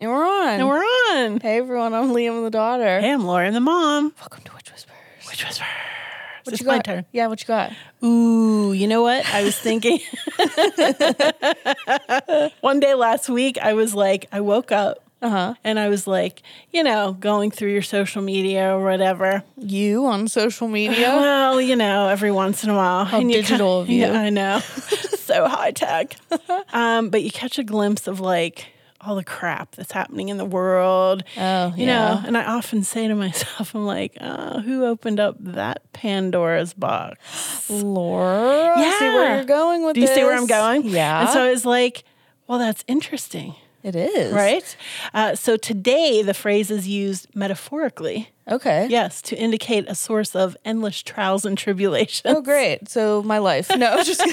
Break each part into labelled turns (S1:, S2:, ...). S1: And we're on.
S2: And we're on.
S1: hey everyone, I'm Liam the daughter.
S2: Hey, I'm Lauren, the mom.
S1: Welcome to Witch Whispers.
S2: Which was first?
S1: What
S2: it's
S1: you
S2: my
S1: got?
S2: turn.
S1: Yeah, what you got?
S2: Ooh, you know what? I was thinking. One day last week, I was like, I woke up
S1: Uh-huh.
S2: and I was like, you know, going through your social media or whatever.
S1: You on social media?
S2: Well, you know, every once in a while. How
S1: digital of you.
S2: Yeah, I know. so high tech. um, but you catch a glimpse of like all the crap that's happening in the world.
S1: Oh,
S2: you
S1: yeah.
S2: know, and I often say to myself, I'm like, uh, who opened up that Pandora's box?
S1: Laura. I see where
S2: Yeah.
S1: you're going with
S2: Do you see where I'm
S1: this.
S2: going?
S1: Yeah.
S2: And so I was like, well, that's interesting,
S1: it is.
S2: right? Uh, so today the phrase is used metaphorically,
S1: Okay.
S2: yes, to indicate a source of endless trials and tribulations.
S1: Oh great. So my life. No, just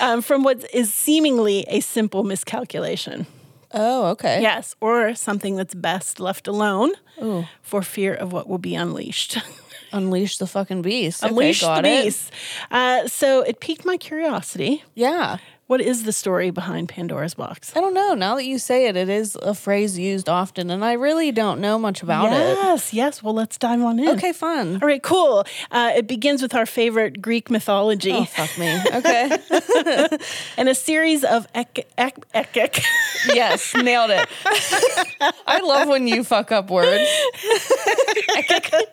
S2: um, from what is seemingly a simple miscalculation.
S1: Oh, okay.
S2: Yes, or something that's best left alone
S1: Ooh.
S2: for fear of what will be unleashed.
S1: Unleash the fucking beast. Okay,
S2: Unleashed
S1: got
S2: the
S1: it.
S2: beast. Uh, so it piqued my curiosity.
S1: Yeah.
S2: What is the story behind Pandora's box?
S1: I don't know. Now that you say it, it is a phrase used often, and I really don't know much about it.
S2: yes, yes. Well, let's dive on in.
S1: Okay, fun.
S2: All right, cool. Uh, it begins with our favorite Greek mythology
S1: Oh, fuck me. Okay.
S2: and a series of ek- ek- ek- ek-
S1: yes, nailed it. I love when you fuck up words.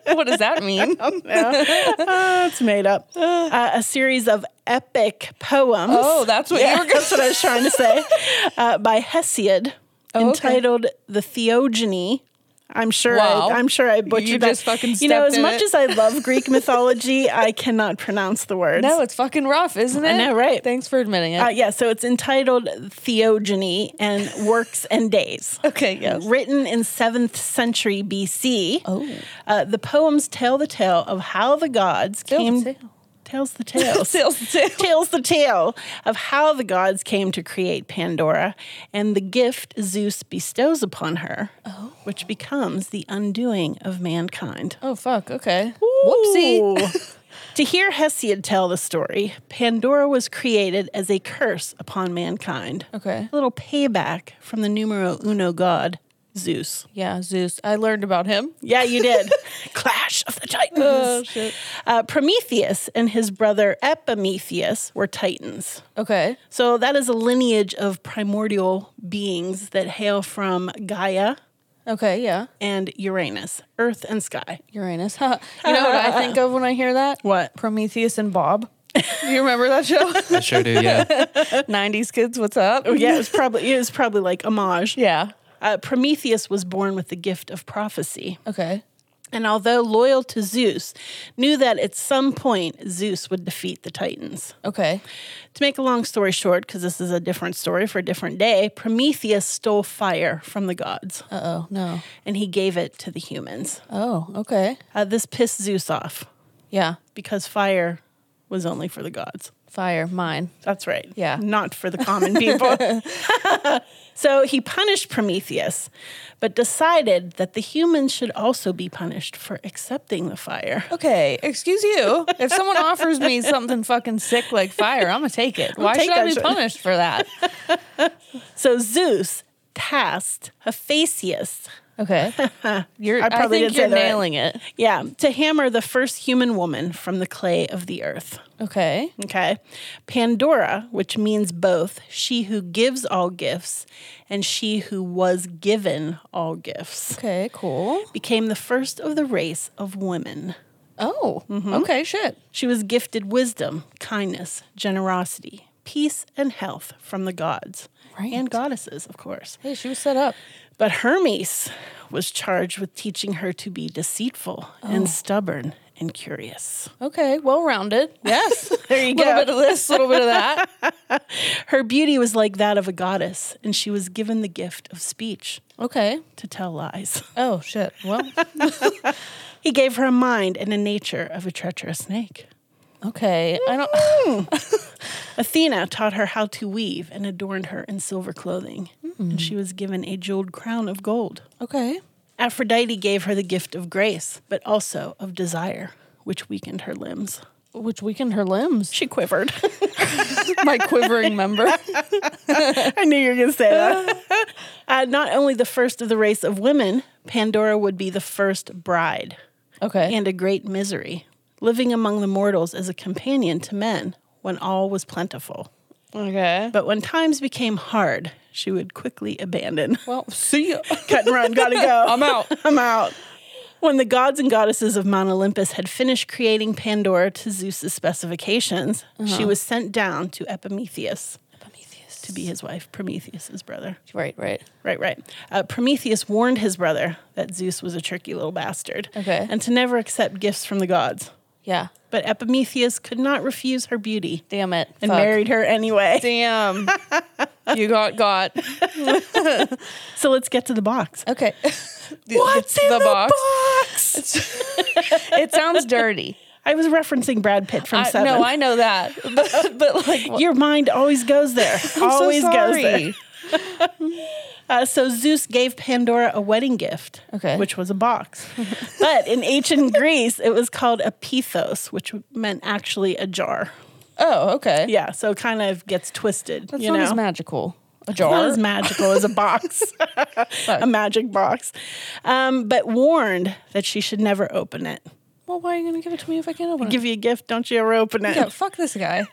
S1: what does that mean?
S2: Oh, it's made up. Uh, a series of epic poems.
S1: Oh, that's what you were gonna-
S2: that's what I was trying to say. Uh, by Hesiod,
S1: Oh, okay.
S2: entitled "The Theogony." I'm sure.
S1: Wow.
S2: I, am sure I butchered
S1: You
S2: that.
S1: just fucking
S2: You
S1: stepped
S2: know, as
S1: in it.
S2: much as I love Greek mythology, I cannot pronounce the words.
S1: No, it's fucking rough, isn't it?
S2: I know, right?
S1: Thanks for admitting it.
S2: Uh, yeah, so it's entitled Theogony and Works and Days.
S1: okay, yes.
S2: Written in 7th century BC,
S1: Oh.
S2: uh, the poems tell the tale of how the gods
S1: Tales
S2: came.
S1: the tale.
S2: Tells the tales.
S1: Sales too.
S2: Tells the tale of how the gods came to create Pandora and the gift Zeus bestows upon her, which becomes the undoing of mankind.
S1: Oh, fuck. Okay. Whoopsie.
S2: Ooh. to hear Hesiod tell the story, Pandora was created as a curse upon mankind.
S1: Okay.
S2: A little payback from the numero uno god, Zeus.
S1: Yeah, Zeus. I learned about him.
S2: Yeah, you did. Clash of the Titans.
S1: Oh, shit.
S2: Uh, Prometheus and his brother Epimetheus were Titans.
S1: Okay.
S2: So that is a lineage of primordial beings that hail from Gaia
S1: Okay, yeah.
S2: and Uranus, Earth and Sky.
S1: Uranus. you know what I think of when I hear that?
S2: What?
S1: Prometheus and Bob. Do you remember that show? Oh,
S3: I sure do. Yeah.
S1: 90s kids, what's up?
S2: Yeah, it was probably it was probably like homage.
S1: Yeah.
S2: Uh, Prometheus was born with the gift of prophecy,
S1: Okay.
S2: and although loyal to Zeus, knew that at some point Zeus would defeat the Titans.
S1: Okay.
S2: To make a long story short, because this is a different story for a different day, Prometheus stole fire from the gods
S1: Uh oh. No.
S2: and he gave it to the humans.
S1: Oh, okay.
S2: Uh, this pissed Zeus off.
S1: Yeah.
S2: because fire was only for the gods.
S1: Fire. Mine.
S2: That's right.
S1: Yeah.
S2: Not for the common people. so he punished Prometheus, but decided that the humans should also be punished for accepting the fire.
S1: Okay. Excuse you. If someone offers me something fucking sick like fire, I'm going to take it. Why
S2: take
S1: should I
S2: that
S1: be
S2: shit.
S1: punished for that?
S2: So Zeus tasked Hephaestus,
S1: Okay. You're, I,
S2: probably
S1: think
S2: didn't say
S1: you're
S2: that right.
S1: nailing it.
S2: yeah, to hammer the first human woman from the clay of the earth.
S1: Okay.
S2: Okay. Pandora, which means both she who gives all gifts and she who was given all gifts.
S1: Okay. Cool.
S2: became the first of the race of women.
S1: Oh. Okay. Shit.
S2: She was gifted wisdom, kindness, generosity, peace, and health from the gods
S1: Right.
S2: and goddesses, of course.
S1: Hey, she was set up.
S2: Oh. But Hermes was charged with teaching her to be deceitful and stubborn and curious.
S1: Okay, well rounded.
S2: Yes, there you
S1: A little
S2: go.
S1: bit of this, a little bit of that.
S2: Her beauty was like that of a goddess, and she was given the gift of speech
S1: Okay.
S2: to tell lies.
S1: Oh shit. Well,
S2: He gave her a mind and a nature of a treacherous snake.
S1: okay. I don't.
S2: Athena taught her how to weave and adorned her in silver clothing, and she was given a jeweled crown of gold.
S1: Okay.
S2: Aphrodite gave her the gift of grace, but also of desire, which weakened her limbs.
S1: Which weakened her limbs.
S2: She quivered.
S1: My quivering member.
S2: I knew you were going to say that. uh, not only the first of the race of women, Pandora would be the first bride
S1: Okay.
S2: and a great misery, living among the mortals as a companion to men when all was plentiful.
S1: okay.
S2: But when times became hard, she would quickly abandon.
S1: Well, see ya.
S2: Cut and run, gotta go.
S1: I'm out.
S2: I'm out. When the gods and goddesses of Mount Olympus had finished creating Pandora to Zeus's specifications, she
S1: Uh-huh.
S2: was sent down to Epimetheus to be his wife, Prometheus's brother.
S1: Right. Right.
S2: Right, right. Uh, Prometheus warned his brother that Zeus was a tricky little bastard
S1: Okay.
S2: and to never accept gifts from the gods.
S1: Yeah.
S2: But Epimetheus could not refuse her beauty
S1: Damn it.
S2: and
S1: Fuck.
S2: married her anyway.
S1: Damn. you got got.
S2: So let's get to the box.
S1: Okay. The-
S2: What's in the, box?
S1: It sounds dirty.
S2: I was referencing Brad Pitt from
S1: I,
S2: Seven.
S1: no, I know that, but, but like,
S2: Your mind always goes there. always goes there. Uh, so Zeus gave Pandora a wedding gift,
S1: Okay.
S2: which was a box. but in ancient Greece, it was called a pithos, which meant actually a jar.
S1: Oh, okay.
S2: Yeah, so it kind of gets twisted.
S1: That's
S2: you
S1: not
S2: know,
S1: as magical. A
S2: not
S1: jar.
S2: as magical as a box, a magic box. Um, but warned that she should never open it.
S1: well, why are you gonna give it to me if I can't open it?
S2: Give you a gift, don't you ever open it.
S1: Yeah, fuck this guy.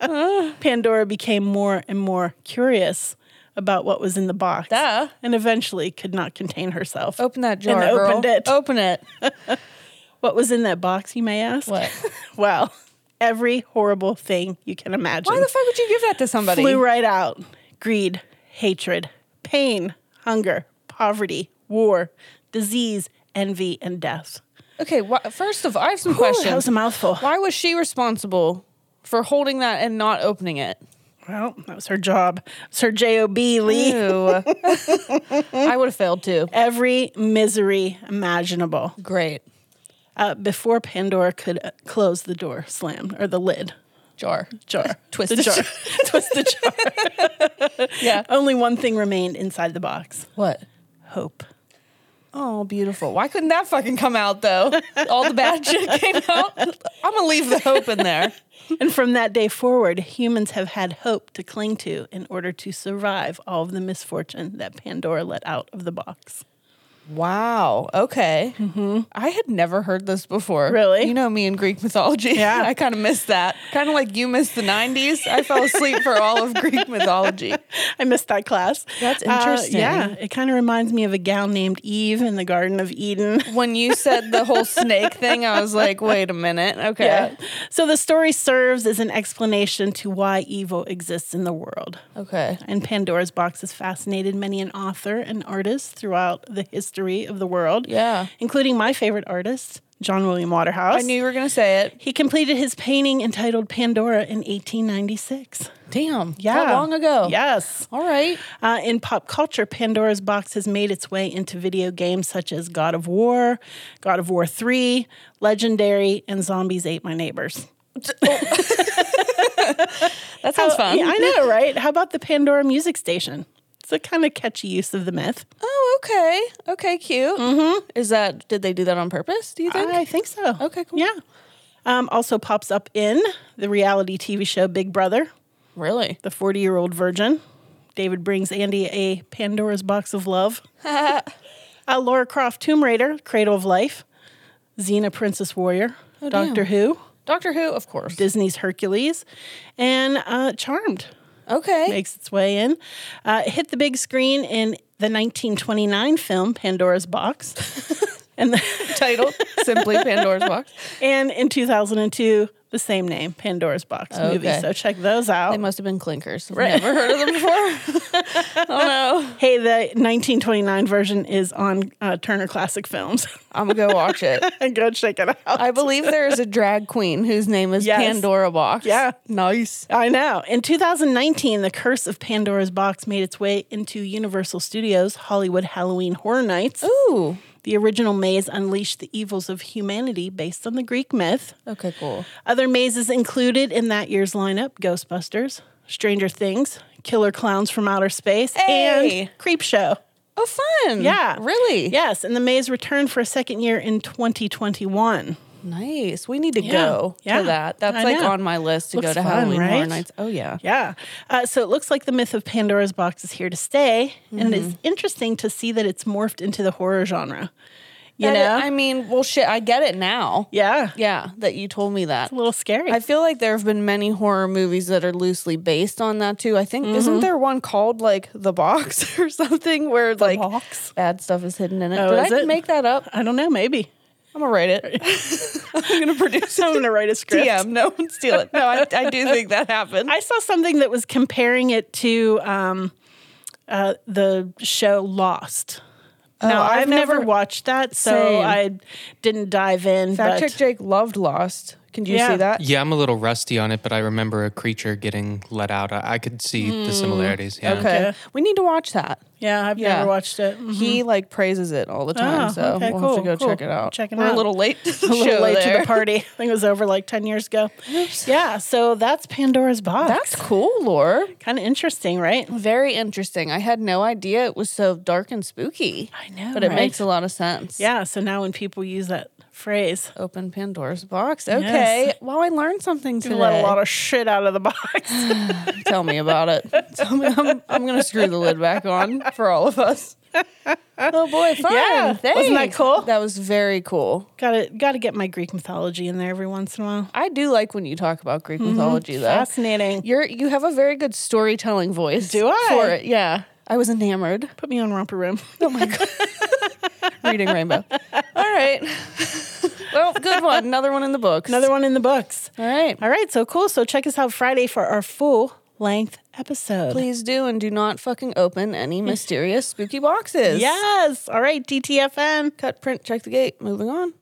S2: Pandora became more and more curious about what was in the box,
S1: Duh.
S2: and eventually could not contain herself.
S1: Open that jar,
S2: And
S1: girl.
S2: opened it.
S1: Open it.
S2: What was in that box, you may ask?
S1: What?
S2: well, every horrible thing you can imagine
S1: Why the fuck would you give that to somebody?
S2: flew right out. Greed, hatred, pain, hunger, poverty, war, disease, envy, and death.
S1: Okay. Wh- first of, all, I have some
S2: Whew, that was
S1: questions.
S2: a mouthful.
S1: Why was she responsible for holding that and not opening it?
S2: Well, that was her job. It's her job,
S1: Mm.
S2: Lee.
S1: Ew. I would have failed too.
S2: Every misery imaginable.
S1: Great
S2: Uh, before Pandora could uh, close the door, slam or the lid
S1: jar.
S2: jar,
S1: Twist
S2: the
S1: the
S2: jar, twist the jar.
S1: Yeah.
S2: Only one thing remained inside the box:
S1: What?
S2: hope.
S1: Oh, beautiful. Why couldn't that fucking come out though? All the bad shit came out. I'm gonna leave the hope in there.
S2: And from that day forward, humans have had hope to cling to in order to survive all of the misfortune that Pandora let out of the box.
S1: Wow. Okay. I had never heard this before.
S2: Mm-hmm. Really?
S1: You know me in Greek mythology.
S2: Yeah.
S1: I kind of missed that. Kind of like you missed the 90s. I fell asleep for all of Greek mythology.
S2: I missed that class.
S1: That's
S2: Uh, yeah,
S1: interesting.
S2: it kind of reminds me of a gal named Eve in the Garden of Eden.
S1: When you said the whole snake thing, I was like, wait a minute. Okay.
S2: So the story serves as an explanation to why evil exists in the world.
S1: Okay.
S2: And Pandora's box has fascinated many an author and artist throughout the history of the world.
S1: Yeah.
S2: Including my favorite artist, John William Waterhouse.
S1: I knew you were going to say it.
S2: He completed his painting entitled Pandora in 1896.
S1: Damn. How long ago?
S2: Yes.
S1: All right.
S2: Uh, in pop culture, Pandora's box has made its way into video games such as God of War, God of War 3, Legendary, and Zombies Ate My Neighbors.
S1: That sounds fun.
S2: Oh, Yeah, I know, right? How about the Pandora Music Station? It's a kind of catchy use of the myth.
S1: Oh, okay. Okay, cute. Mm-hmm. Is that, did they do that on purpose, do you think?
S2: I think so.
S1: Okay, cool.
S2: Yeah. Um, also pops up in the reality TV show Big Brother,
S1: really?
S2: the 40 year old virgin. David brings Andy a Pandora's box of love. uh, Laura Croft, Tomb Raider, Cradle of Life. Xena, Princess Warrior. Doctor Who.
S1: Doctor Who, of course.
S2: Disney's Hercules. And uh, Charmed
S1: okay.
S2: makes its way in. Uh, it hit the big screen in the 1929 film Pandora's Box. And the,
S1: titled simply Pandora's Box.
S2: and in 2002, the same name, Pandora's Box movie.
S1: Okay.
S2: So check those
S1: They
S2: out.
S1: must have been clinkers. Never heard of them before. oh no.
S2: hey, the 1929 version is on uh, Turner Classic Films.
S1: I'm gonna go watch it.
S2: Go check it out.
S1: I believe there is a drag queen whose name is
S2: Yes.
S1: Pandora Box.
S2: Yeah.
S1: Nice.
S2: I know. In 2019, The Curse of Pandora's Box made its way into Universal Studios' Hollywood Halloween Horror Nights.
S1: Ooh.
S2: The original maze unleashed the evils of humanity based on the Greek myth.
S1: Okay, cool.
S2: Other mazes included in that year's lineup Ghostbusters, Stranger Things, Killer Clowns from Outer Space,
S1: Hey!
S2: and Creepshow.
S1: Oh fun.
S2: Yeah.
S1: Really?
S2: Yes, and the maze returned for a second year in 2021.
S1: Nice. We need to
S2: Yeah.
S1: go
S2: Yeah.
S1: to that. That's
S2: I
S1: like
S2: know.
S1: on my list to go
S2: Looks
S1: to
S2: fun,
S1: Halloween Horror
S2: right?
S1: Nights. Oh yeah.
S2: Yeah. Uh, so it looks like the myth of Pandora's box is here to stay. And it's
S1: Mm-hmm.
S2: interesting to see that it's morphed into the horror genre. You
S1: That-
S2: know?
S1: I mean, well shit, I get it now.
S2: yeah.
S1: Yeah, that you told me that.
S2: A little scary.
S1: I feel like there have been many horror movies that are loosely based on that too. I think isn't
S2: Mm-hmm.
S1: there one called like The Box or something where like
S2: Box?
S1: bad stuff is hidden in it?
S2: Oh,
S1: Did
S2: is
S1: I
S2: it?
S1: make that up?
S2: I don't know, maybe.
S1: I'm gonna write it. I'm gonna produce
S2: I'm
S1: it.
S2: going to write a script.
S1: DM. No one steal it. No, I, I do think that happened.
S2: I saw something that was comparing it to um, uh, the show Lost. now, I've,
S1: Oh, I've
S2: never,
S1: never-
S2: watched that, so
S1: Same.
S2: I didn't dive in.
S1: Fact
S2: but
S1: check Jake loved Lost. Can you
S2: Yeah.
S1: see that?
S3: Yeah, I'm a little rusty on it, but I remember a creature getting let out. I, I could see the similarities. Yeah.
S1: Okay.
S2: Okay.
S1: We need to watch that.
S2: yeah, I've
S1: Yeah.
S2: never watched it. Mhm.
S1: He like praises it all the time,
S2: Oh,
S1: so
S2: okay,
S1: we'll
S2: cool,
S1: have to go
S2: cool.
S1: check it out.
S2: Check it
S1: We're
S2: out.
S1: a little late. To the
S2: A little
S1: show
S2: late to
S1: there.
S2: the party. I think it was over like 10 years ago. Yeah, so that's Pandora's box.
S1: That's cool, Lore.
S2: kind of interesting, right?
S1: Very interesting. I had no idea it was so dark and spooky.
S2: I know,
S1: But it
S2: right?
S1: makes a lot of sense.
S2: Yeah, so now when people use that phrase,
S1: Open Pandora's box. Okay. Wow, I learned something
S2: you
S1: today.
S2: let a lot of shit out of the box.
S1: Tell me about it. Tell me, I'm, I'm going to screw the lid back on for all of us. Oh boy, fun.
S2: Yeah. Wasn't that
S1: Thanks.
S2: cool?
S1: That was very cool.
S2: got to got to get my Greek mythology in there every once in a while.
S1: I do like when you talk about Greek mythology, though.
S2: Mm-hmm. Fascinating.
S1: You're you have a very good storytelling voice.
S2: Do I?
S1: For it, yeah. I was enamored
S2: Put me on romper room.
S1: reading Rainbow. All right. well, good one. Another one in the books.
S2: Another one in the books.
S1: All right.
S2: All right, so cool. So check us out Friday for our full length episode.
S1: Please do and do not fucking open any mysterious spooky boxes.
S2: Yes. All right, DTFN.
S1: Cut, print, check the gate. Moving on.